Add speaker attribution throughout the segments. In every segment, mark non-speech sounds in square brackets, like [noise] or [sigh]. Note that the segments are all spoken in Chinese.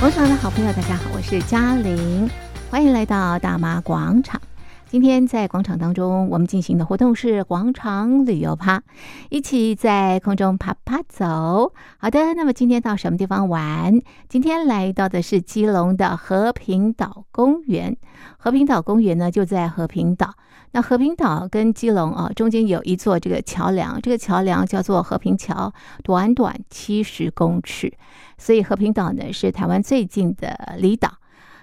Speaker 1: 广场的好朋友，大家好，我是嘉玲，欢迎来到大妈广场。今天在广场当中，我们进行的活动是广场旅游趴，一起在空中爬爬走。好的，那么今天到什么地方玩？今天来到的是基隆的和平岛公园。和平岛公园呢，就在和平岛。那和平岛跟基隆啊，中间有一座这个桥梁，这个桥梁叫做和平桥，短短七十公尺。所以和平岛呢是台湾最近的离岛。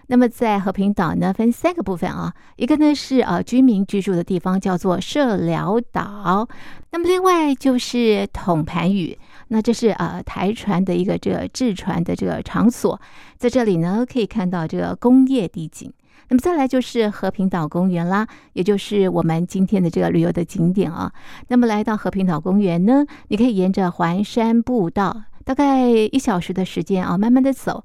Speaker 1: 那么在和平岛呢，分三个部分啊，一个呢是呃居民居住的地方，叫做社寮岛；那么另外就是统盘屿，那这是呃台船的一个这个制船的这个场所，在这里呢可以看到这个工业地景。那么再来就是和平岛公园啦，也就是我们今天的这个旅游的景点啊。那么来到和平岛公园呢，你可以沿着环山步道，大概一小时的时间啊，慢慢的走。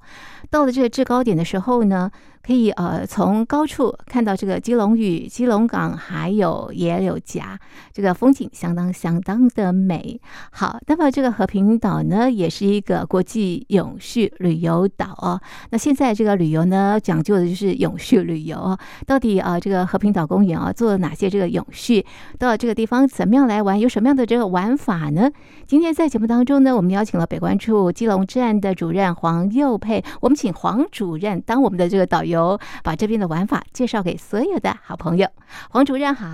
Speaker 1: 到了这个制高点的时候呢，可以呃从高处看到这个基隆屿、基隆港还有野柳夹，这个风景相当相当的美。好，那么这个和平岛呢，也是一个国际永续旅游岛哦。那现在这个旅游呢，讲究的就是永续旅游哦。到底啊、呃这个和平岛公园啊，做了哪些这个永续？到这个地方怎么样来玩？有什么样的这个玩法呢？今天在节目当中呢，我们邀请了北关处基隆站的主任黄佑佩，我们请黄主任当我们的这个导游，把这边的玩法介绍给所有的好朋友。黄主任好，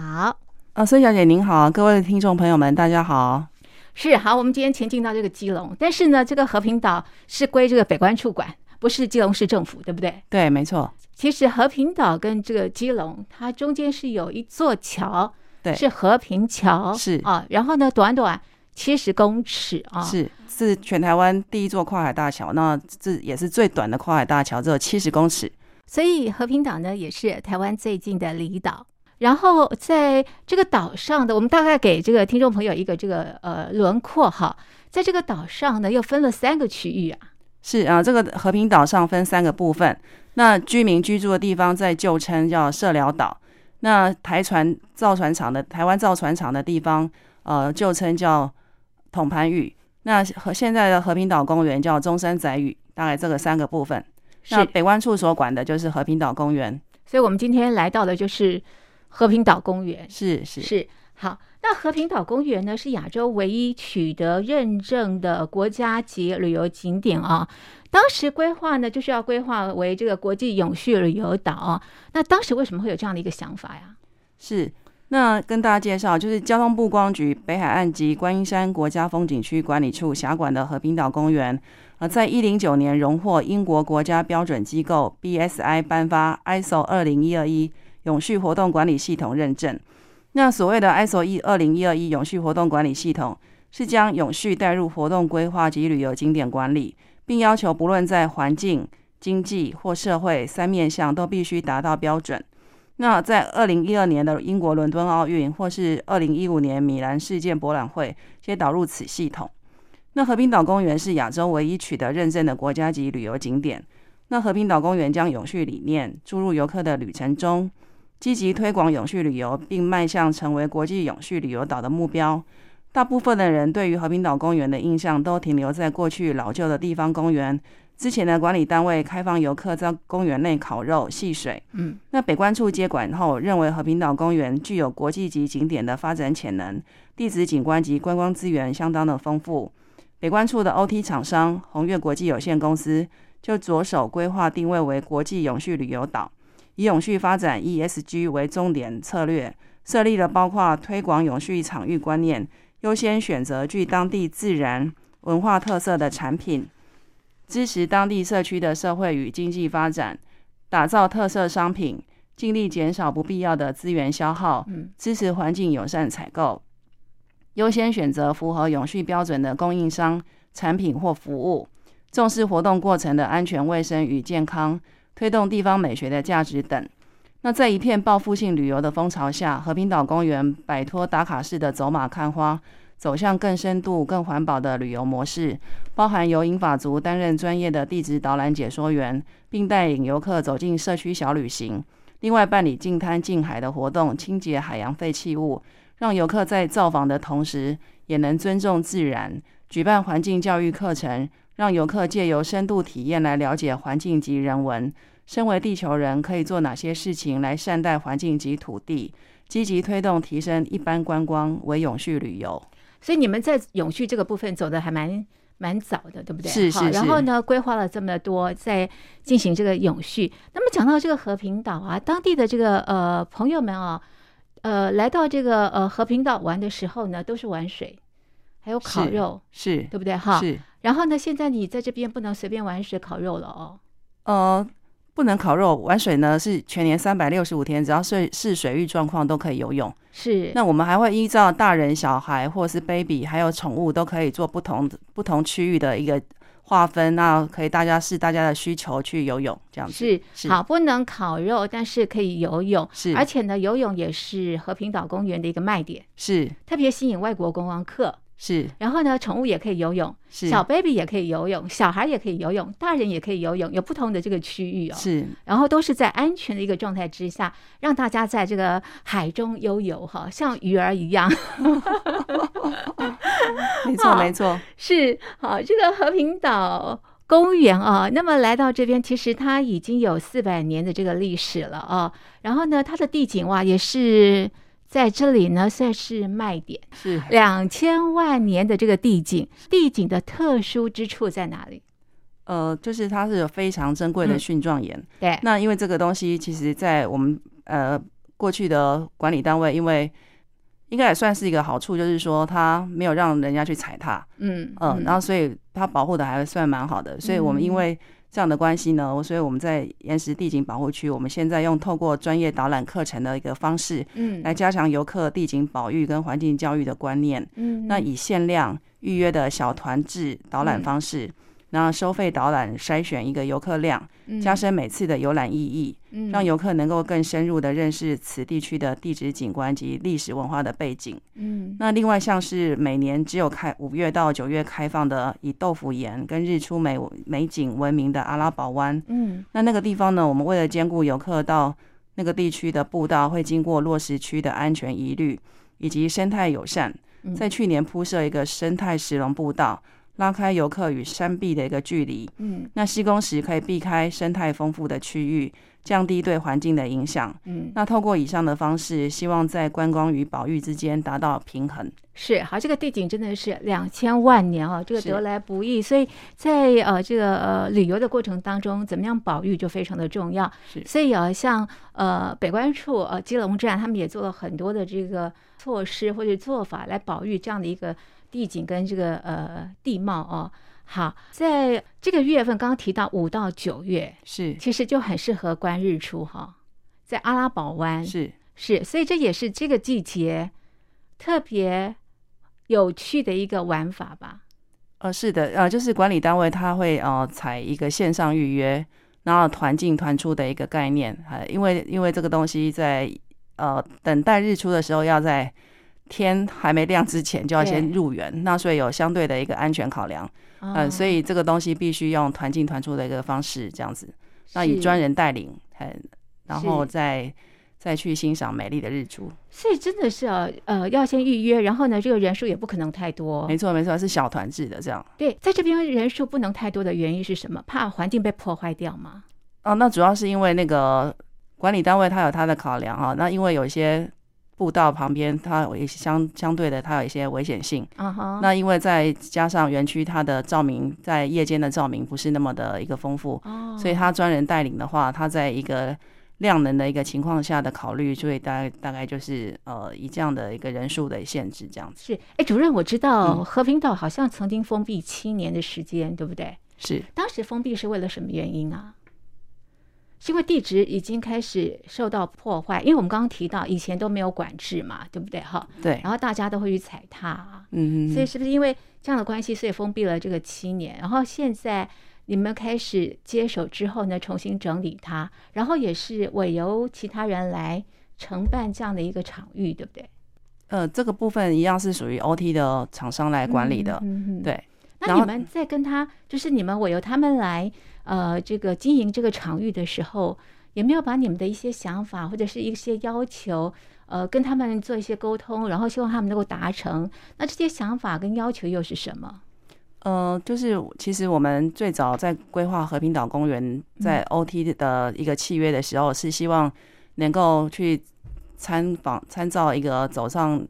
Speaker 2: 啊，孙小姐您好，各位听众朋友们，大家好。
Speaker 1: 是好，我们今天前进到这个基隆，但是呢，这个和平岛是归这个北关处管，不是基隆市政府，对不对？
Speaker 2: 对，没错，
Speaker 1: 其实和平岛跟这个基隆，它中间是有一座桥，
Speaker 2: 对
Speaker 1: 是和平桥，
Speaker 2: 是
Speaker 1: 啊，然后呢，短短七十公尺啊，
Speaker 2: 是是全台湾第一座跨海大桥，那这也是最短的跨海大桥，只有七十公尺。
Speaker 1: 所以和平岛呢也是台湾最近的离岛。然后在这个岛上的，我们大概给这个听众朋友一个这个呃轮廓哈，在这个岛上呢又分了三个区域啊，
Speaker 2: 是啊，这个和平岛上分三个部分。那居民居住的地方在旧称叫社寮岛，那台船造船厂的台湾造船厂的地方，呃，旧称叫统盘屿。那和现在的和平岛公园叫中山仔屿，大概这个三个部分。
Speaker 1: 是
Speaker 2: 那，北湾处所管的就是和平岛公园，
Speaker 1: 所以我们今天来到的就是和平岛公园，
Speaker 2: 是是
Speaker 1: 是好。那和平岛公园呢，是亚洲唯一取得认证的国家级旅游景点啊。当时规划呢，就是要规划为这个国际永续旅游岛、啊。那当时为什么会有这样的一个想法呀？
Speaker 2: 是，那跟大家介绍，就是交通部观光局北海岸及观音山国家风景区管理处辖管的和平岛公园，呃，在一零九年荣获英国国家标准机构 BSI 颁发 ISO 二零一二一永续活动管理系统认证。那所谓的 ISO 一二零一二一永续活动管理系统，是将永续带入活动规划及旅游景点管理，并要求不论在环境、经济或社会三面向都必须达到标准。那在二零一二年的英国伦敦奥运，或是二零一五年米兰世界博览会，皆导入此系统。那和平岛公园是亚洲唯一取得认证的国家级旅游景点。那和平岛公园将永续理念注入游客的旅程中，积极推广永续旅游，并迈向成为国际永续旅游岛的目标。大部分的人对于和平岛公园的印象都停留在过去老旧的地方公园，之前的管理单位开放游客在公园内烤肉、戏水。
Speaker 1: 嗯，
Speaker 2: 那北关处接管后，认为和平岛公园具有国际级景点的发展潜能，地质景观及观光资源相当的丰富。北关处的 OT 厂商宏越国际有限公司就着手规划定位为国际永续旅游岛，以永续发展 ESG 为重点策略，设立了包括推广永续场域观念，优先选择具当地自然文化特色的产品，支持当地社区的社会与经济发展。打造特色商品，尽力减少不必要的资源消耗，
Speaker 1: 嗯
Speaker 2: 支持环境友善采购，优先选择符合永续标准的供应商、产品或服务，重视活动过程的安全、卫生与健康，推动地方美学的价值等。那在一片报复性旅游的风潮下，和平岛公园摆脱打卡式的走马看花，走向更深度、更环保的旅游模式，包含由英法族担任专业的地质导览解说员，并带领游客走进社区小旅行。另外，办理近滩近海的活动，清洁海洋废弃物，让游客在造访的同时，也能尊重自然，举办环境教育课程，让游客借由深度体验来了解环境及人文。身为地球人，可以做哪些事情来善待环境及土地？积极推动提升一般观光为永续旅游。
Speaker 1: 所以你们在永续这个部分走的还蛮蛮早的，对不对？
Speaker 2: 是
Speaker 1: 好
Speaker 2: 是是
Speaker 1: 然后呢，规划了这么多，在进行这个永续。那么讲到这个和平岛啊，当地的这个呃朋友们啊，呃，来到这个呃和平岛玩的时候呢，都是玩水，还有烤
Speaker 2: 是
Speaker 1: 肉，
Speaker 2: 是
Speaker 1: 对不对？哈。
Speaker 2: 是，
Speaker 1: 然后呢，现在你在这边不能随便玩水烤肉了哦。
Speaker 2: 呃，不能烤肉，玩水呢是全年三百六十五天，只要是是水域状况都可以游泳。
Speaker 1: 是，
Speaker 2: 那我们还会依照大人、小孩或是 baby，还有宠物都可以做不同不同区域的一个划分，那可以大家视大家的需求去游泳这样子。
Speaker 1: 是
Speaker 2: 是
Speaker 1: 好，不能烤肉，但是可以游泳，
Speaker 2: 是
Speaker 1: 而且呢，游泳也是和平岛公园的一个卖点，
Speaker 2: 是
Speaker 1: 特别吸引外国观光客。
Speaker 2: 是
Speaker 1: 然后呢，宠物也可以游泳，
Speaker 2: 是
Speaker 1: 小 baby 也可以游泳，小孩也可以游泳，大人也可以游泳，有不同的这个区域哦。 [laughs]
Speaker 2: 是
Speaker 1: 然后都是在安全的一个状态之下，让大家在这个海中悠游哈，像鱼儿一样。 [laughs]
Speaker 2: 没错
Speaker 1: 啊
Speaker 2: 没
Speaker 1: [laughs]
Speaker 2: 错，
Speaker 1: 是好，这个和平岛公园啊，那么来到这边，其实它已经有四百年的这个历史了啊。然后呢，它的地景哇，也是在这里呢算是卖点。
Speaker 2: 是
Speaker 1: 两千万年的这个地景，地景的特殊之处在哪里？
Speaker 2: 呃，就是它是有非常珍贵的
Speaker 1: 嗯
Speaker 2: 蕈状岩。
Speaker 1: 对，
Speaker 2: 那因为这个东西，其实，在我们呃过去的管理单位，因为应该也算是一个好处，就是说它没有让人家去踩踏，
Speaker 1: 嗯
Speaker 2: 嗯，然后所以它保护的还算蛮好的，所以我们因为这样的关系呢，所以我们在岩石地景保护区，我们现在用透过专业导览课程的一个方式，
Speaker 1: 嗯
Speaker 2: 来加强游客地景保育跟环境教育的观念。
Speaker 1: 嗯
Speaker 2: 那以限量预约的小团制导览方
Speaker 1: 嗯
Speaker 2: 式，然后收费导览筛选一个游客量，
Speaker 1: 嗯
Speaker 2: 加深每次的游览意义，让游客能够更深入的认识此地区的地质景观及历史文化的背景。
Speaker 1: 嗯
Speaker 2: 那另外像是每年只有开五月到九月开放的以豆腐岩跟日出美美景闻名的阿拉堡湾，
Speaker 1: 嗯
Speaker 2: 那那个地方呢，我们为了兼顾游客到那个地区的步道会经过落石区的安全疑虑以及生态友善
Speaker 1: 嗯，
Speaker 2: 在去年铺设一个生态石龙步道，拉开游客与山壁的一个距离。
Speaker 1: 嗯
Speaker 2: 那施工时可以避开生态丰富的区域，降低对环境的影响。
Speaker 1: 嗯，
Speaker 2: 那透过以上的方式，希望在观光与保育之间达到平衡。
Speaker 1: 是好，这个地景真的是两千万年啊，这个
Speaker 2: 是
Speaker 1: 得来不易，所以在呃这个呃旅游的过程当中，怎么样保育就非常的重要。
Speaker 2: 是
Speaker 1: 所以啊，像呃北关处呃基隆站，他们也做了很多的这个措施或者做法来保育这样的一个地景跟这个呃地貌哦。好，在这个月份刚刚提到五到九月，
Speaker 2: 是
Speaker 1: 其实就很适合观日出哈、在阿拉堡湾
Speaker 2: 是
Speaker 1: 是，所以这也是这个季节特别有趣的一个玩法吧。
Speaker 2: 呃是的呃，就是管理单位他会呃采一个线上预约，然后团进团出的一个概念。呃，因为因为这个东西在呃等待日出的时候，要在天还没亮之前就要先
Speaker 1: 对哦
Speaker 2: 入园，那所以有相对的一个安全考量。呃，所
Speaker 1: 以
Speaker 2: 以这个东西必须用团进团出的一个方式这样子。那以专
Speaker 1: 人，
Speaker 2: 人带领，呃然
Speaker 1: 是
Speaker 2: 后再再去欣赏美丽的日出。
Speaker 1: 所以真的是啊，呃，要先预约，然后呢，这个人数也不可能太多
Speaker 2: 没。错，没错，是小团制的这样。
Speaker 1: 对，在这边人数不能太多的原因是什么？怕环境被破坏掉吗？
Speaker 2: 哦，那主要是因为那个管理单位它有它的考量啊。那因为有一些步道旁边它有一些相相对的，它有一些危险性。
Speaker 1: 啊哈，
Speaker 2: 那因为再加上园区它的照明在夜间的照明不是那么的一个丰富，
Speaker 1: 哦，
Speaker 2: 所以它专人带领的话，它在一个量能的一个情况下的考虑，所以大概大概就是呃以这样的一个人数的限制这样子。
Speaker 1: 是，哎，主任，我知道
Speaker 2: 嗯
Speaker 1: 和平岛好像曾经封闭七年的时间，对不对？
Speaker 2: 是
Speaker 1: 当时封闭是为了什么原因啊？是因为地质已经开始受到破坏，因为我们刚刚提到以前都没有管制嘛，对不对哈？
Speaker 2: 对，
Speaker 1: 然后大家都会去踩踏啊，
Speaker 2: 嗯，嗯
Speaker 1: 所以
Speaker 2: 嗯
Speaker 1: 是不是因为这样的关系，所以封闭了这个七年？然后现在你们开始接手之后呢，重新整理它，然后也是委由其他人来承办这样的一个场域，对不对？
Speaker 2: 呃这个部分一样是属于 OT 的厂商来管理的，
Speaker 1: 嗯，嗯嗯嗯
Speaker 2: 对。
Speaker 1: 那
Speaker 2: 然
Speaker 1: 你
Speaker 2: 后
Speaker 1: 们在跟他，就是你们委由他们来，呃，这个经营这个场域的时候，有没有把你们的一些想法或者是一些要求，呃，跟他们做一些沟通，然后希望他们能够达成？那这些想法跟要求又是什么？
Speaker 2: 呃，就是其实我们最早在规划和平岛公园在
Speaker 1: 嗯
Speaker 2: OT 的一个契约的时候，是希望能够去参访参照一个走上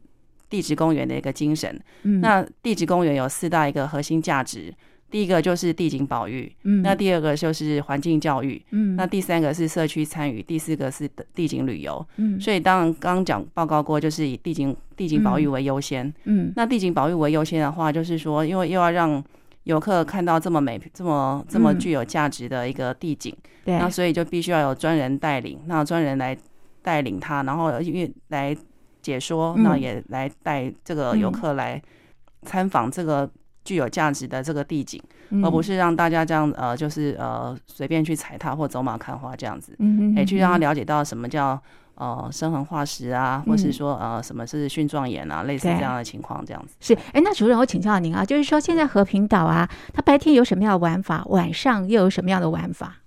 Speaker 2: 地质公园的一个精神。
Speaker 1: 嗯
Speaker 2: 那地质公园有四大一个核心价值，第一个就是地景保育，
Speaker 1: 嗯
Speaker 2: 那第二个就是环境教育，
Speaker 1: 嗯
Speaker 2: 那第三个是社区参与，第四个是地景旅游。
Speaker 1: 嗯
Speaker 2: 所以当然刚刚讲报告过，就是以地景地景保育为优先。
Speaker 1: 嗯
Speaker 2: 那地景保育为优先的话，就是说，因为又要让游客看到这么美、这么这么
Speaker 1: 嗯
Speaker 2: 具有价值的一个地景，
Speaker 1: 对
Speaker 2: 那所以就必须要有专人带领，那专人来带领他，然后因为来解说，
Speaker 1: 嗯
Speaker 2: 那也来带这个游客来参访这个具有价值的这个地景，而不
Speaker 1: 是
Speaker 2: 是让大家这样呃，就是呃随便去踩踏或走马看花这样子。
Speaker 1: 嗯
Speaker 2: 哎、去让他
Speaker 1: 聊
Speaker 2: 了解到什么叫呃生痕化石啊，或
Speaker 1: 嗯
Speaker 2: 是说呃什么是蕈状岩啊，类似
Speaker 1: 对
Speaker 2: 这样的情况，这样子。
Speaker 1: 是哎，那主任我请教您啊，就是说现在和平岛啊，它白天有什么样的玩法，晚上又有什么样的玩法？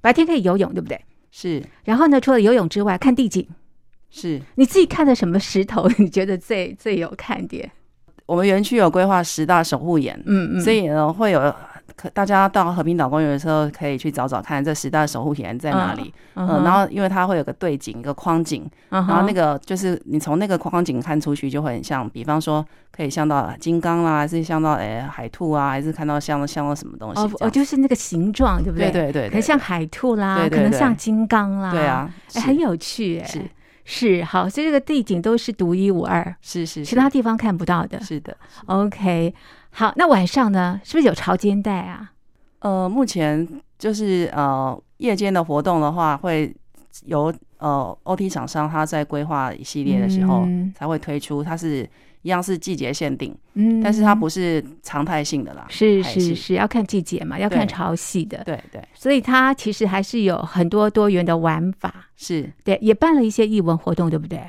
Speaker 1: 白天可以游泳，对不对？
Speaker 2: 是
Speaker 1: 然后呢，除了游泳之外，看地景，
Speaker 2: 是，
Speaker 1: 你自己看的什么石头，你觉得最最有看点？
Speaker 2: 我们园区有规划十大守护岩，
Speaker 1: 嗯嗯，
Speaker 2: 所以呢会有可大家到和平岛公园的时候可以去找找看这十大守护岩在哪里。
Speaker 1: 嗯
Speaker 2: 嗯、
Speaker 1: 哼，嗯
Speaker 2: 然后因为它会有个对景，一个框景，
Speaker 1: 然
Speaker 2: 然后那个就是你从那个框景看出去就会很像，比方说可以像到金刚啦，还是像到诶、海兔啊，还是看到像像到什么东西
Speaker 1: 哦
Speaker 2: 这
Speaker 1: 哦，
Speaker 2: 样子。
Speaker 1: 就是那个形状，对不
Speaker 2: 对
Speaker 1: 对
Speaker 2: 对对，
Speaker 1: 可能
Speaker 2: 对
Speaker 1: 像海兔啦，
Speaker 2: 对对
Speaker 1: 可能
Speaker 2: 对
Speaker 1: 像金刚啦，
Speaker 2: 对，啊，
Speaker 1: 哎，
Speaker 2: 是
Speaker 1: 很有趣哎，
Speaker 2: 是
Speaker 1: 是好，所以这个地景都是独一无二，
Speaker 2: 是是
Speaker 1: 其
Speaker 2: 是
Speaker 1: 他地方看不到的。
Speaker 2: 是的，
Speaker 1: OK，好，那晚上呢，是不是有潮间带啊？
Speaker 2: 呃，目前就是呃夜间的活动的话，会由呃 OT 厂商他在规划一系列的时候、
Speaker 1: 嗯
Speaker 2: 才会推出，它是一样是季节限定，
Speaker 1: 嗯
Speaker 2: 但是它不是常态性的啦。
Speaker 1: 是
Speaker 2: 还
Speaker 1: 是
Speaker 2: 是
Speaker 1: 是要看季节嘛，要看
Speaker 2: 对
Speaker 1: 潮汐的，
Speaker 2: 对对
Speaker 1: 所以它其实还是有很多多元的玩法。
Speaker 2: 是，
Speaker 1: 对，也办了一些艺文活动，对不对？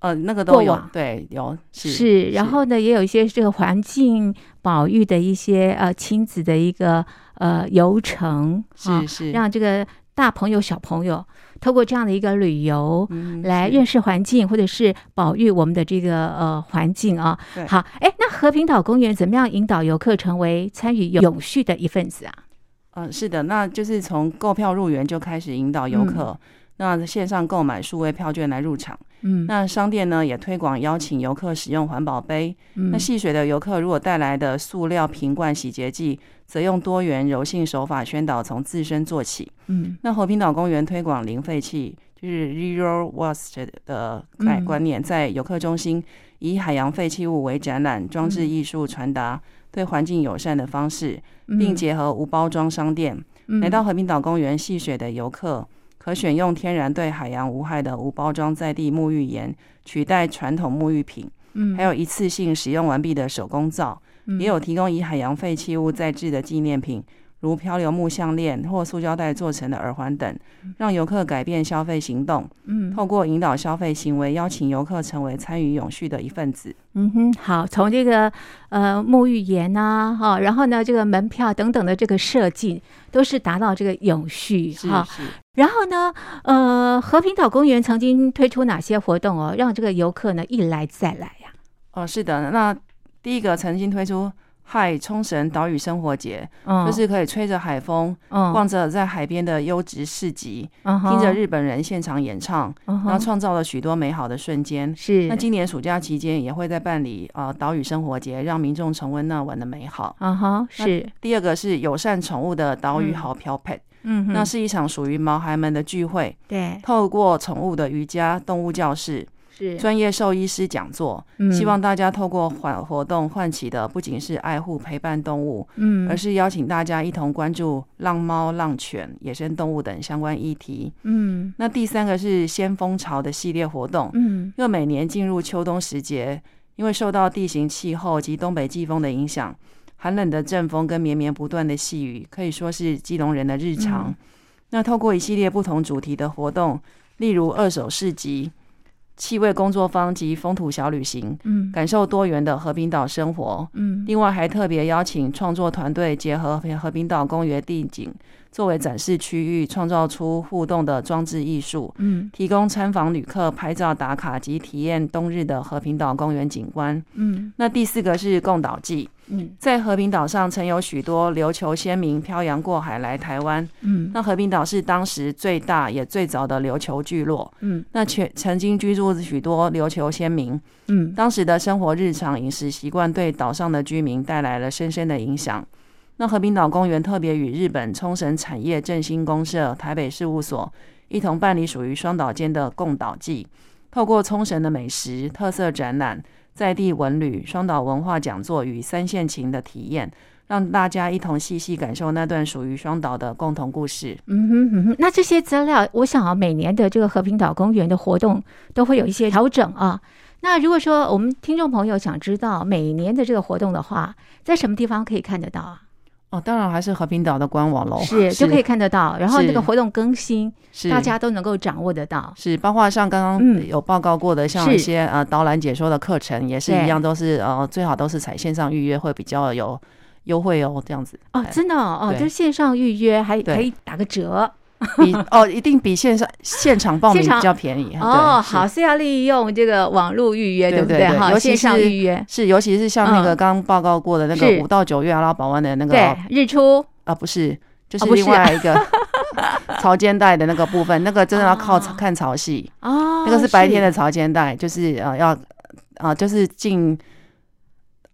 Speaker 2: 呃那个
Speaker 1: 过
Speaker 2: 都有
Speaker 1: 往
Speaker 2: 对有是
Speaker 1: 然后呢，也有一些这个环境保育的一些呃亲子的一个呃游程，啊
Speaker 2: 是是
Speaker 1: 让这个大朋友小朋友透过这样的一个旅游。
Speaker 2: 嗯
Speaker 1: 来
Speaker 2: 是
Speaker 1: 认识环境，或者是保育我们的这个呃环境啊。
Speaker 2: 对
Speaker 1: 好，哎，那和平岛公园怎么样引导游客成为参
Speaker 2: 嗯
Speaker 1: 与永续的一份子啊？
Speaker 2: 呃是的，那就是从购票入园就开始引导游
Speaker 1: 嗯
Speaker 2: 客。那线上购买数位票券来入场，
Speaker 1: 嗯，
Speaker 2: 那商店呢也推广邀请游客使用环保杯，那
Speaker 1: 嗯
Speaker 2: 戏水的游客如果带来的塑料瓶罐洗洁剂，则用多元柔性手法宣导从自身做起。
Speaker 1: 嗯
Speaker 2: 那和平岛公园推广零废弃，就是 zero waste 的概
Speaker 1: 嗯
Speaker 2: 观念，在游客中心以海洋废弃物为展览装置艺术传达对环境友善的方式，
Speaker 1: 嗯，
Speaker 2: 并结合无包装商店。来到和平岛公园戏水的游客，可选用天然对海洋无害的无包装在地沐浴盐，取代传统沐浴品。
Speaker 1: 嗯，嗯嗯
Speaker 2: 还有一次性使用完毕的手工皂，也有提供以海洋废弃物再制的纪念品，如漂流木项链或塑胶袋做成的耳环等，让游客改变消费行动，
Speaker 1: 嗯
Speaker 2: 透过引导消费行为，邀请游客成为参与永续的一份子。
Speaker 1: 嗯哼，好，从这个呃沐浴盐呐、哈、然后呢这个门票等等的这个设计，都是达到这个永续哈、
Speaker 2: 是，
Speaker 1: 然后呢，呃，和平岛公园曾经推出哪些活动哦，让这个游客呢一来再来呀、
Speaker 2: 哦，是的。那第一个曾经推出“嗨冲绳岛屿生活节”，
Speaker 1: 嗯，
Speaker 2: 就是可以吹着海风，
Speaker 1: 嗯
Speaker 2: 逛着在海边的优质市集，
Speaker 1: 嗯哼
Speaker 2: 听着，日本人现场演唱，
Speaker 1: 嗯
Speaker 2: 然后
Speaker 1: 哼，
Speaker 2: 创造了许多美好的瞬间。
Speaker 1: 是
Speaker 2: 那今年暑假期间也会在办理啊岛屿生活节，让民众重温那晚的美好。
Speaker 1: 嗯哼，是，
Speaker 2: 第二个是友善宠物的岛屿好漂 pet，、
Speaker 1: 嗯哼，嗯
Speaker 2: 那是一场属于毛孩们的聚会，
Speaker 1: 对，
Speaker 2: 透过宠物的瑜伽、动物教室、
Speaker 1: 是，
Speaker 2: 专业兽医师讲座，
Speaker 1: 嗯
Speaker 2: 希望大家透过缓活动唤起的不仅是爱护陪伴动物，
Speaker 1: 嗯，
Speaker 2: 而是邀请大家一同关注浪猫、浪犬、野生动物等相关议题。
Speaker 1: 嗯
Speaker 2: 那第三个是先锋潮的系列活动，
Speaker 1: 嗯
Speaker 2: 因为每年进入秋冬时节，因为受到地形气候及东北季风的影响，寒冷的阵风跟绵绵不断的细雨，可以说是基隆人的日常。
Speaker 1: 嗯
Speaker 2: 那透过一系列不同主题的活动，例如二手市集、气味工作坊及风土小旅行，
Speaker 1: 嗯
Speaker 2: 感受多元的和平岛生活。
Speaker 1: 嗯
Speaker 2: 另外，还特别邀请创作团队结合和平岛公园地景作为展示区域，创造出互动的装置艺术。
Speaker 1: 嗯
Speaker 2: 提供参访旅客拍照打卡及体验冬日的和平岛公园景观。
Speaker 1: 嗯
Speaker 2: 那第四个是共岛季，
Speaker 1: 嗯
Speaker 2: 在和平岛上曾有许多琉球先民漂洋过海来台湾。
Speaker 1: 嗯
Speaker 2: 那和平岛是当时最大也最早的琉球聚落，
Speaker 1: 嗯
Speaker 2: 那全曾经居住许多琉球先民。
Speaker 1: 嗯
Speaker 2: 当时的生活日常饮食习惯对岛上的居民带来了深深的影响。那和平岛公园特别与日本冲绳产业振兴公社台北事务所一同办理属于双岛间的共岛祭，透过冲绳的美食、特色展览、在地文旅、双岛文化讲座与三线琴的体验，让大家一同细细感受那段属于双岛的共同故事。
Speaker 1: 嗯哼嗯哼。那这些资料，我想啊，每年的这个和平岛公园的活动都会有一些调整啊。那如果说我们听众朋友想知道每年的这个活动的话，在什么地方可以看得到啊？
Speaker 2: 哦，当然还是和平岛的官网喽，
Speaker 1: 是就可以看得到，然后
Speaker 2: 哦是
Speaker 1: 那个活动更新，
Speaker 2: 是
Speaker 1: 大家都能够掌握得到。
Speaker 2: 是，包括像刚
Speaker 1: 嗯
Speaker 2: 刚有报告过的，像
Speaker 1: 是
Speaker 2: 一些呃导览解说的课程也是
Speaker 1: 对
Speaker 2: 一样，都是呃最好都是采线上预约会比较有优惠哦，
Speaker 1: [laughs]
Speaker 2: 这样子
Speaker 1: 哦，真的哦，哦
Speaker 2: 对
Speaker 1: 就是线上预约还
Speaker 2: 对
Speaker 1: 可以打个折
Speaker 2: 比哦一定比线上现场报名
Speaker 1: 现场
Speaker 2: 比较便宜
Speaker 1: 哦，
Speaker 2: 对是
Speaker 1: 好，是要利用这个网络预约，
Speaker 2: 对
Speaker 1: 不
Speaker 2: 对
Speaker 1: 对？
Speaker 2: 对
Speaker 1: 哈，
Speaker 2: 尤
Speaker 1: 线
Speaker 2: 其是
Speaker 1: 上预约，
Speaker 2: 是，尤其是像那个
Speaker 1: 嗯
Speaker 2: 刚刚报告过的那
Speaker 1: 是
Speaker 2: 个五到九月阿拉保湾的那个
Speaker 1: 对
Speaker 2: 啊、，
Speaker 1: 日出
Speaker 2: 不是，就
Speaker 1: 哦
Speaker 2: 是
Speaker 1: 不是
Speaker 2: 另外一个 [laughs] 潮间带的那个部分，那个真的要靠
Speaker 1: 哦
Speaker 2: 看潮汐，
Speaker 1: 哦，
Speaker 2: 那个是白天的潮间带，就是呃要呃就是进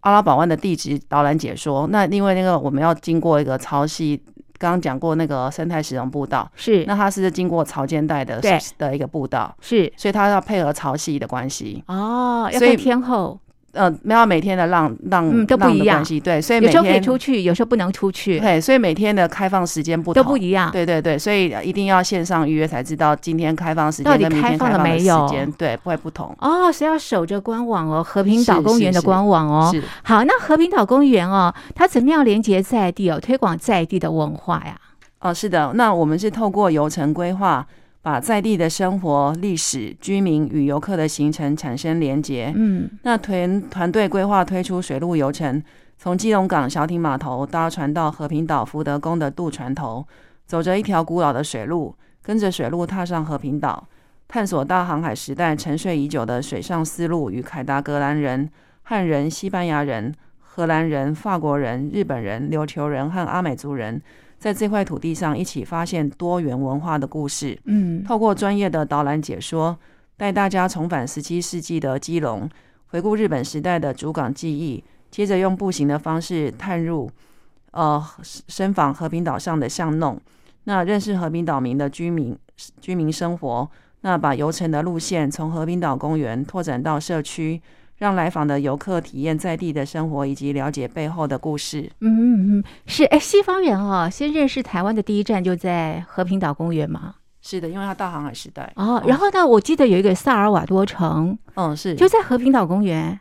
Speaker 2: 阿拉保湾的地质导览解说。那另外那个我们要经过一个潮汐，刚刚讲过那个生态石龙步道，
Speaker 1: 是，
Speaker 2: 那它是经过潮间带的
Speaker 1: 对
Speaker 2: 的一个步道，
Speaker 1: 是
Speaker 2: 所以它要配合潮汐的关系，
Speaker 1: 哦，要
Speaker 2: 所以
Speaker 1: 看天后，
Speaker 2: 呃，没有每天的浪浪、
Speaker 1: 嗯都不
Speaker 2: 浪
Speaker 1: 一
Speaker 2: 的
Speaker 1: 样
Speaker 2: 关系，对，所以每
Speaker 1: 有时候可以
Speaker 2: 天
Speaker 1: 出去，有时候不能出去，
Speaker 2: 对，所以每天的开放时间不
Speaker 1: 都
Speaker 2: 同。
Speaker 1: 不一样。
Speaker 2: 对对对，所以一定要线上预约才知道今天开放时
Speaker 1: 到
Speaker 2: 间
Speaker 1: 底
Speaker 2: 跟明
Speaker 1: 开
Speaker 2: 天
Speaker 1: 放
Speaker 2: 开
Speaker 1: 了
Speaker 2: 放的
Speaker 1: 没有
Speaker 2: 时间，对，不会不同。
Speaker 1: 哦，所以要守着官网哦，和平岛
Speaker 2: 是
Speaker 1: 公
Speaker 2: 是
Speaker 1: 园的
Speaker 2: 是
Speaker 1: 官网哦。
Speaker 2: 是。
Speaker 1: 好，那和平岛公园哦，它怎么样连接在地哦，推广在地的文化呀？
Speaker 2: 哦，是的，那我们是透过游程规划，把在地的生活、历史、居民与游客的行程产生连结。
Speaker 1: 嗯
Speaker 2: 那团团队规划推出水路游程，从基隆港小艇码头搭船到和平岛福德宫的渡船头，走着一条古老的水路，跟着水路踏上和平岛，探索大航海时代沉睡已久的水上丝路与凯达格兰人、汉人、西班牙人、荷兰人、法国人、日本人、琉球人和阿美族人。在这块土地上，一起发现多元文化的故事。
Speaker 1: 嗯
Speaker 2: 透过专业的导览解说，带大家重返十七世纪的基隆，回顾日本时代的主港记忆，接着用步行的方式探入，呃，深访和平岛上的巷弄，那认识和平岛民的居民居民生活，那把游程的路线从和平岛公园拓展到社区。让来访的游客体验在地的生活，以及了解背后的故事。
Speaker 1: 嗯嗯嗯，是哎，西方人哦，先认识台湾的第一站就在和平岛公园嘛。
Speaker 2: 是的，因为它大航海时代
Speaker 1: 哦，然后呢，我记得有一个萨尔瓦多城，
Speaker 2: 嗯，是
Speaker 1: 就在和平岛公园。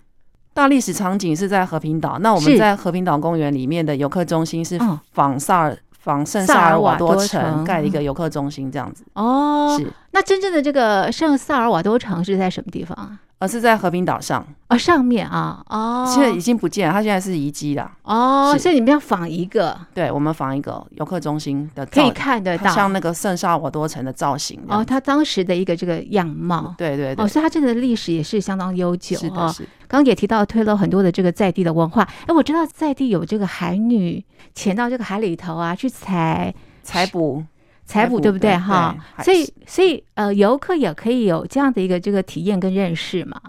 Speaker 2: 大历史场景是在和平岛，那我
Speaker 1: 是
Speaker 2: 们在和平岛公园里面的游客中心是
Speaker 1: 嗯
Speaker 2: 仿萨尔、仿圣
Speaker 1: 萨
Speaker 2: 萨
Speaker 1: 尔
Speaker 2: 尔
Speaker 1: 瓦
Speaker 2: 瓦多
Speaker 1: 多城嗯
Speaker 2: 城盖了一个游客中心这样子，
Speaker 1: 哦，
Speaker 2: 是
Speaker 1: 那真正的这个圣萨尔瓦多城是在什么地方啊？
Speaker 2: 而是在和平岛上，
Speaker 1: 哦，上面啊，哦，
Speaker 2: 现在已经不见了，它现在是遗迹啦。
Speaker 1: 哦，
Speaker 2: 是
Speaker 1: 所以你们要仿一个
Speaker 2: 对，我们仿一个游客中心的造
Speaker 1: 可以看得到
Speaker 2: 像那个圣萨尔瓦多城的造型这样
Speaker 1: 哦，它当时的一个这个样貌。
Speaker 2: 对对对，
Speaker 1: 哦，所以它真的历史也是相当悠久
Speaker 2: 是的
Speaker 1: 哦。
Speaker 2: 是的，
Speaker 1: 刚刚也提到推了很多的这个在地的文化，哎，我知道在地有这个海女潜到这个海里头啊，去采
Speaker 2: 采捕
Speaker 1: 采
Speaker 2: 捕
Speaker 1: 捕，对不对
Speaker 2: 对
Speaker 1: 哈
Speaker 2: 对？还
Speaker 1: 所以所以呃，游客也可以有这样的一个这个体验跟认识嘛。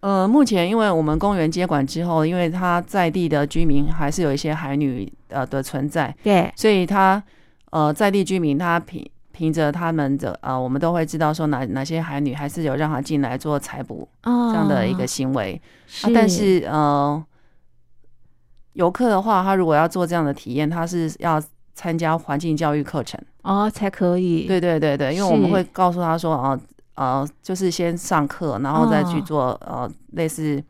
Speaker 2: 呃，目前因为我们公园接管之后，因为它在地的居民还是有一些海女呃的存在，
Speaker 1: 对，
Speaker 2: 所以他呃在地居民他凭凭着他们的呃，我们都会知道说哪哪些海女还是有让他进来做采捕
Speaker 1: 哦，
Speaker 2: 这样的一个行为，
Speaker 1: 是、
Speaker 2: 啊、但是呃游客的话，他如果要做这样的体验，他是要。参加环境教育课程，
Speaker 1: 哦才可以，
Speaker 2: 对对对对，因为我们
Speaker 1: 是
Speaker 2: 会告诉他说，哦呃，就是先上课，然后再去
Speaker 1: 哦
Speaker 2: 做、呃类似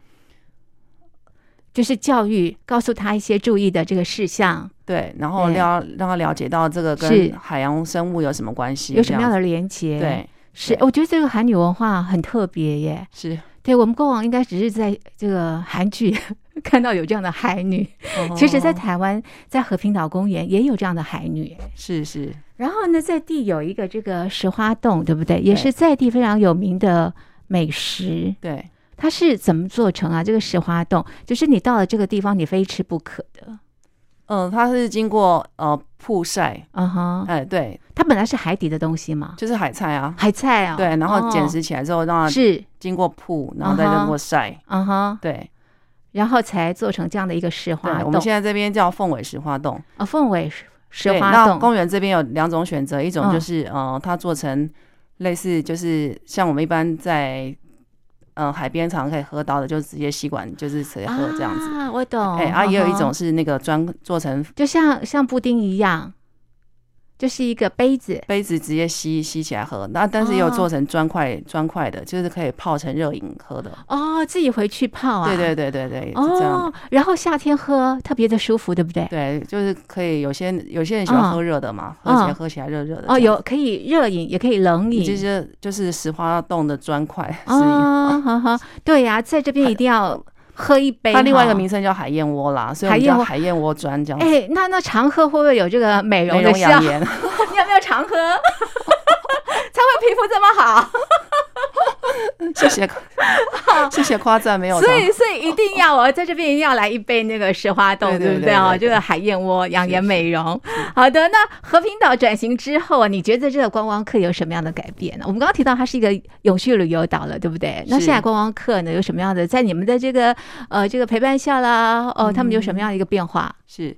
Speaker 1: 就是教育告诉他一些注意的这个事项，
Speaker 2: 对，然后
Speaker 1: 对
Speaker 2: 了让他了解到这个
Speaker 1: 是
Speaker 2: 跟海洋生物有什么关系，
Speaker 1: 有什么
Speaker 2: 这
Speaker 1: 样
Speaker 2: 子
Speaker 1: 的连接？，
Speaker 2: 对
Speaker 1: 是，
Speaker 2: 对
Speaker 1: 我觉得这个韩女文化很特别耶。
Speaker 2: 是，
Speaker 1: 对我们过往应该只是在这个韩剧 [laughs] 看到有这样的海女， [laughs] 其实，在
Speaker 2: 哦
Speaker 1: 台湾，在和平岛公园也有这样的海女。
Speaker 2: 是是
Speaker 1: 然后呢，在地有一个这个石花洞，对不对？也
Speaker 2: 对
Speaker 1: 是在地非常有名的美食。
Speaker 2: 对。
Speaker 1: 它是怎么做成啊？这个石花冻，就是你到了这个地方，你非吃不可的。
Speaker 2: 嗯，它是经过呃曝晒，
Speaker 1: 嗯哼，
Speaker 2: 哎，对，
Speaker 1: 它本来是海底的东西嘛，
Speaker 2: 就是海菜啊，
Speaker 1: 海菜啊、
Speaker 2: 对，然后捡
Speaker 1: 哦
Speaker 2: 拾起来之后让它
Speaker 1: 是，
Speaker 2: 经过曝，然后再
Speaker 1: 啊哈
Speaker 2: 经过晒，
Speaker 1: 嗯哼，
Speaker 2: 对
Speaker 1: 然后才做成这样的一个石
Speaker 2: 对
Speaker 1: 花，
Speaker 2: 我们
Speaker 1: 冻
Speaker 2: 现在这边叫凤尾石花冻。
Speaker 1: 啊，凤尾石石
Speaker 2: 对，
Speaker 1: 花嗯
Speaker 2: 那
Speaker 1: 冻，
Speaker 2: 公园这边有两种选择，一种就是、呃，它做成类似就是像我们一般在呃海边常可以喝到的，就是直接吸管就是直接喝这样子。
Speaker 1: 啊，我懂。
Speaker 2: 哎、啊，也有一
Speaker 1: 嗯哼
Speaker 2: 种是那个专做成
Speaker 1: 就像像布丁一样，就是一个杯子
Speaker 2: 杯子直接吸吸起来喝，那但是也有
Speaker 1: 哦
Speaker 2: 做成砖块砖块的，就是可以泡成热饮喝的。
Speaker 1: 哦，自己回去泡啊。
Speaker 2: 对对对对对，是这样。
Speaker 1: 哦，然后夏天喝特别的舒服，对不对？
Speaker 2: 对，就是可以，有些有些人喜欢
Speaker 1: 嗯
Speaker 2: 喝热的嘛，喝起来
Speaker 1: 嗯
Speaker 2: 喝起来热热的这样。
Speaker 1: 哦，有可以热饮，也可以冷饮。
Speaker 2: 其实就是石花洞的砖块，是
Speaker 1: 啊，哈哈，对呀、在这边一定要喝一杯。
Speaker 2: 它另外一个
Speaker 1: 哈
Speaker 2: 名称叫海燕窝啦，所以我
Speaker 1: 海
Speaker 2: 们
Speaker 1: 燕
Speaker 2: 叫
Speaker 1: 窝
Speaker 2: 海燕窝砖这样子。
Speaker 1: 哎，那那常喝会不会有这个美容
Speaker 2: 美
Speaker 1: 的
Speaker 2: 容
Speaker 1: 效
Speaker 2: 养？
Speaker 1: [laughs]
Speaker 2: 颜，
Speaker 1: 你有没有常喝？ [laughs] 才会皮肤这么好，
Speaker 2: 谢谢，谢谢夸赞，没有
Speaker 1: 所
Speaker 2: 错。
Speaker 1: 以所以一定要，我在这边一定要来一杯那个石花冻，
Speaker 2: 对对
Speaker 1: 对不
Speaker 2: 对
Speaker 1: 对啊？
Speaker 2: 对
Speaker 1: 这
Speaker 2: 对
Speaker 1: 个海燕窝养
Speaker 2: 是
Speaker 1: 颜
Speaker 2: 是
Speaker 1: 美容。好的，那和平岛转型之后啊，你觉得这个观光客有什么样的改变呢？我们刚刚提到它是一个永续旅游岛了，对不对？那
Speaker 2: 是
Speaker 1: 现在观光客呢有什么样的在你们的这个呃这个陪伴下啦，
Speaker 2: 嗯
Speaker 1: 哦，他们有什么样的一个变化？
Speaker 2: 是，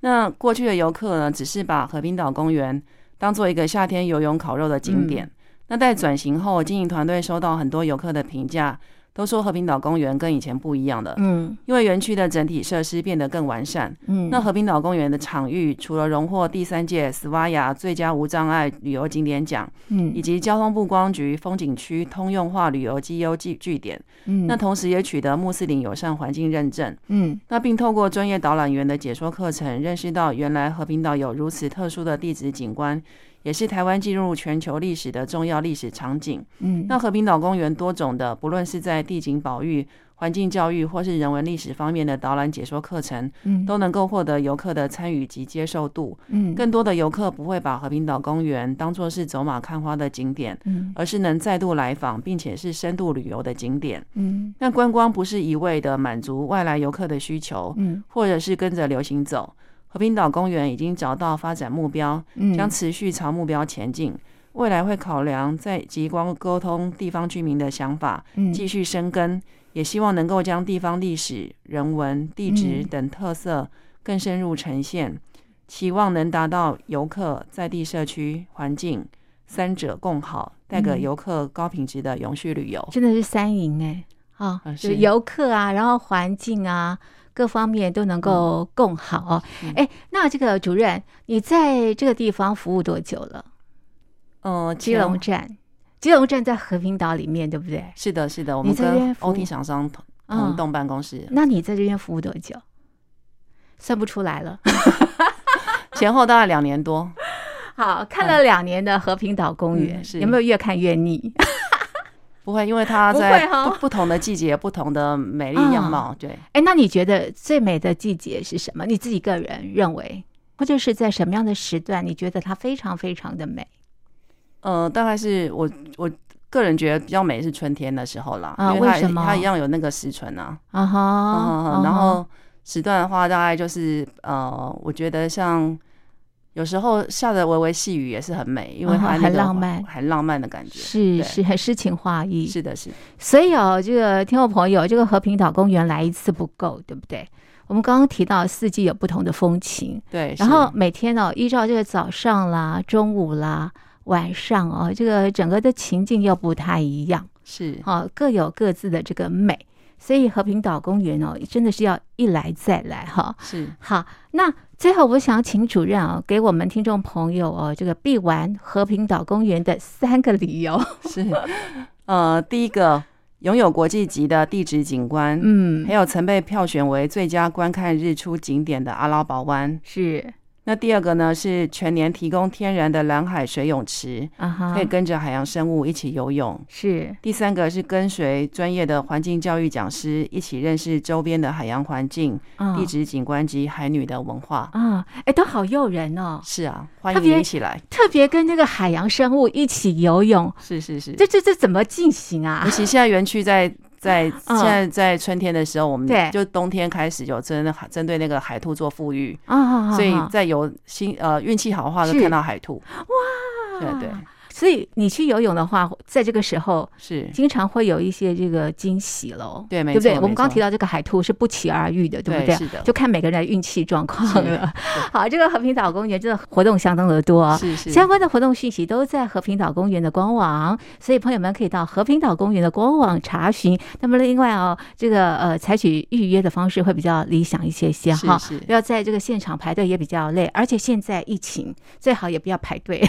Speaker 2: 那过去的游客呢，只是把和平岛公园当做一个夏天游泳烤肉的
Speaker 1: 嗯
Speaker 2: 景点。那在转型后，经营团队收到很多游客的评价，都说和平岛公园跟以前不一样了，
Speaker 1: 嗯
Speaker 2: 因为园区的整体设施变得更完善。
Speaker 1: 嗯，
Speaker 2: 那和平岛公园的场域除了荣获第三届斯瓦亚最佳无障碍旅游景点奖，以
Speaker 1: 嗯
Speaker 2: 及交通部观光局风景区通用化旅游绩优据据点，
Speaker 1: 嗯
Speaker 2: 那同时也取得穆斯林友善环境认证。
Speaker 1: 嗯
Speaker 2: 那并透过专业导览员的解说课程，认识到原来和平岛有如此特殊的地质景观，也是台湾进入全球历史的重要历史场景。
Speaker 1: 嗯，
Speaker 2: 那和平岛公园多种的，不论是在地景保育、环境教育或是人文历史方面的导览解说课程，
Speaker 1: 嗯
Speaker 2: 都能够获得游客的参与及接受度。
Speaker 1: 嗯
Speaker 2: 更多的游客不会把和平岛公园当作是走马看花的景点，
Speaker 1: 嗯
Speaker 2: 而是能再度来访，并且是深度旅游的景点。
Speaker 1: 嗯
Speaker 2: 那观光不是一味的满足外来游客的需求，
Speaker 1: 嗯
Speaker 2: 或者是跟着流行走。和平岛公园已经找到发展目标，
Speaker 1: 嗯，
Speaker 2: 将持续朝目标前进。未来会考量在极光沟通地方居民的想法，
Speaker 1: 嗯
Speaker 2: 继续深耕，也希望能够将地方历史、人文、地质
Speaker 1: 嗯
Speaker 2: 等特色更深入呈现，期望能达到游客、在地社区、环境三者共好，带给
Speaker 1: 嗯
Speaker 2: 游客高品质的永续旅游。
Speaker 1: 真的是三赢哎、哦啊、
Speaker 2: 啊
Speaker 1: 就是是游客啊，然后环境啊，各方面都能够共好哦。
Speaker 2: 嗯
Speaker 1: 哎、那这个主任，你在这个地方服务多久了？
Speaker 2: 嗯、
Speaker 1: 基
Speaker 2: 前
Speaker 1: 隆站，基隆站在和平岛里面，对不对？
Speaker 2: 是的，是的，我
Speaker 1: 你
Speaker 2: 们
Speaker 1: 在这
Speaker 2: 跟
Speaker 1: 边服务
Speaker 2: OT 厂商同
Speaker 1: 嗯
Speaker 2: 同动办公室，
Speaker 1: 那你在这边服务多久？算不出来了。 [laughs]
Speaker 2: 前后大概两年多。
Speaker 1: 好看了两年的和平岛公园
Speaker 2: 嗯，是
Speaker 1: 有没有越看越腻？
Speaker 2: 不会，因为它
Speaker 1: 不
Speaker 2: 在
Speaker 1: 会哦
Speaker 2: 不不同的季节、不同的美丽样貌。对，
Speaker 1: 哎，那你觉得最美的季节是什么？你自己个人认为，或者是在什么样的时段，你觉得它非常非常的美？
Speaker 2: 呃，大概是我我个人觉得比较美是春天的时候啦，
Speaker 1: 啊
Speaker 2: 因它
Speaker 1: 为什么
Speaker 2: 它一样有那个时辰啊。
Speaker 1: 啊哈，
Speaker 2: 嗯，
Speaker 1: 啊
Speaker 2: 然
Speaker 1: 哈
Speaker 2: 后时段的话，大概就是呃，我觉得像有时候下着微微细雨也是很美，因为
Speaker 1: 啊哈
Speaker 2: 它那
Speaker 1: 很
Speaker 2: 个
Speaker 1: 浪漫
Speaker 2: 很浪漫的感觉。
Speaker 1: 是
Speaker 2: 对
Speaker 1: 是很诗情画意，
Speaker 2: 是的，是的
Speaker 1: 所以哦，这个听众朋友，这个和平岛公园来一次不够，对不对？我们刚刚提到四季有不同的风情，
Speaker 2: 对。
Speaker 1: 然
Speaker 2: 是
Speaker 1: 后每天哦，依照这个早上啦、中午啦、晚上哦，这个整个的情境又不太一样，
Speaker 2: 是
Speaker 1: 哦，各有各自的这个美。所以和平岛公园哦，真的是要一来再来哈、
Speaker 2: 是
Speaker 1: 好，那最后我想请主任啊，给我们听众朋友哦，这个必玩和平岛公园的三个理
Speaker 2: [laughs]
Speaker 1: 由。
Speaker 2: 是，呃，第一个拥有国际级的地质景观，
Speaker 1: 嗯
Speaker 2: 还，有曾被票选为最佳观看日出景点的阿拉堡湾。
Speaker 1: 是
Speaker 2: 那第二个呢，是全年提供天然的蓝海水泳池，
Speaker 1: 啊哈，
Speaker 2: 可以跟着海洋生物一起游泳。
Speaker 1: 是
Speaker 2: 第三个是跟随专业的环境教育讲师一起认识周边的海洋环境、
Speaker 1: 啊
Speaker 2: 地质景观及海女的文化。
Speaker 1: 啊，哎，都好诱人哦，
Speaker 2: 是啊，欢
Speaker 1: 特
Speaker 2: 迎
Speaker 1: 别
Speaker 2: 你一起来。
Speaker 1: 特别跟那个海洋生物一起游泳，
Speaker 2: 是是是，
Speaker 1: 这这这怎么进行啊
Speaker 2: 尤？其现在园区在在
Speaker 1: 嗯
Speaker 2: 现在在春天的时候，我们
Speaker 1: 对
Speaker 2: 就冬天开始有针针对那个海兔做富裕，
Speaker 1: 啊，
Speaker 2: 嗯所以
Speaker 1: 啊
Speaker 2: 在有新呃运气好的话，就是看到海兔。对对，
Speaker 1: 所以你去游泳的话，在这个时候
Speaker 2: 是，
Speaker 1: 经常会有一些这个惊喜喽，
Speaker 2: 对没
Speaker 1: 对不对？
Speaker 2: 错
Speaker 1: 我们
Speaker 2: 没
Speaker 1: 刚
Speaker 2: 错
Speaker 1: 提到这个海兔是不期而遇的，对不对？
Speaker 2: 对是的
Speaker 1: 就看每个人的运气状况
Speaker 2: 是
Speaker 1: 了。好，这个和平岛公园真的活动相当的多啊，
Speaker 2: 是是，
Speaker 1: 相关的活动讯息都在和平岛公园的官网，所以朋友们可以到和平岛公园的官网查询。那么另外哦，这个呃，采取预约的方式会比较理想一些些
Speaker 2: 是
Speaker 1: 哈。
Speaker 2: 是
Speaker 1: 不要在这个现场排队也比较累，而且现在疫情最好也不要排
Speaker 2: [laughs]
Speaker 1: 队，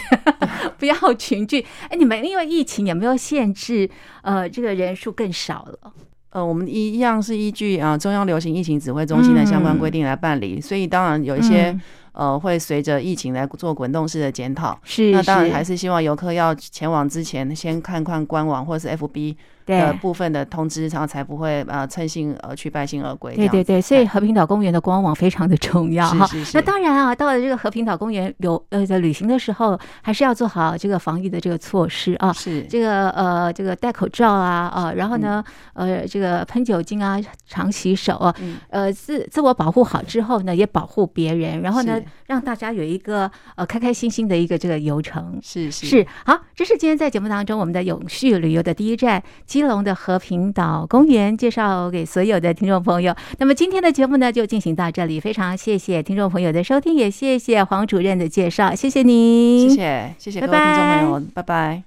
Speaker 1: 不要群聚。哎，你们因为疫情有没有限制？呃，这个人数更少了。
Speaker 2: 呃，我们一一样是依据啊、呃中央流行疫情指挥中心的相关规
Speaker 1: 嗯
Speaker 2: 定来办理，所以当然有一些、
Speaker 1: 嗯
Speaker 2: 呃会随着疫情来做滚动式的检讨。
Speaker 1: 是，
Speaker 2: 那当然
Speaker 1: 是
Speaker 2: 还是希望游客要前往之前先看看官网或者是 FB 的
Speaker 1: 对。
Speaker 2: 部分的通知，然后才不会呃趁兴而去败兴而归这
Speaker 1: 对
Speaker 2: 样子。哎
Speaker 1: 对对，所以和平岛公园的官网非常的重要哈。
Speaker 2: 是是是
Speaker 1: 那当然啊，到了这个和平岛公园游呃在旅行的时候，还是要做好这个防疫的这个措施啊。
Speaker 2: 是
Speaker 1: 这个呃，这个戴口罩啊，啊，然后呢，呃，这个喷酒精啊，常洗手啊，
Speaker 2: 嗯
Speaker 1: 呃，自自我保护好之后呢，也保护别人，然后呢
Speaker 2: 是，
Speaker 1: 让大家有一个呃开开心心的一个这个游程。
Speaker 2: 是是
Speaker 1: 是好，这是今天在节目当中我们的永续旅游的第一站——基隆的和平岛公园，介绍给所有的听众朋友。那么今天的节目呢，就进行到这里，非常谢谢听众朋友的收听，也谢谢黄主任的介绍，谢谢您，
Speaker 2: 谢谢谢谢各位听众朋友，拜拜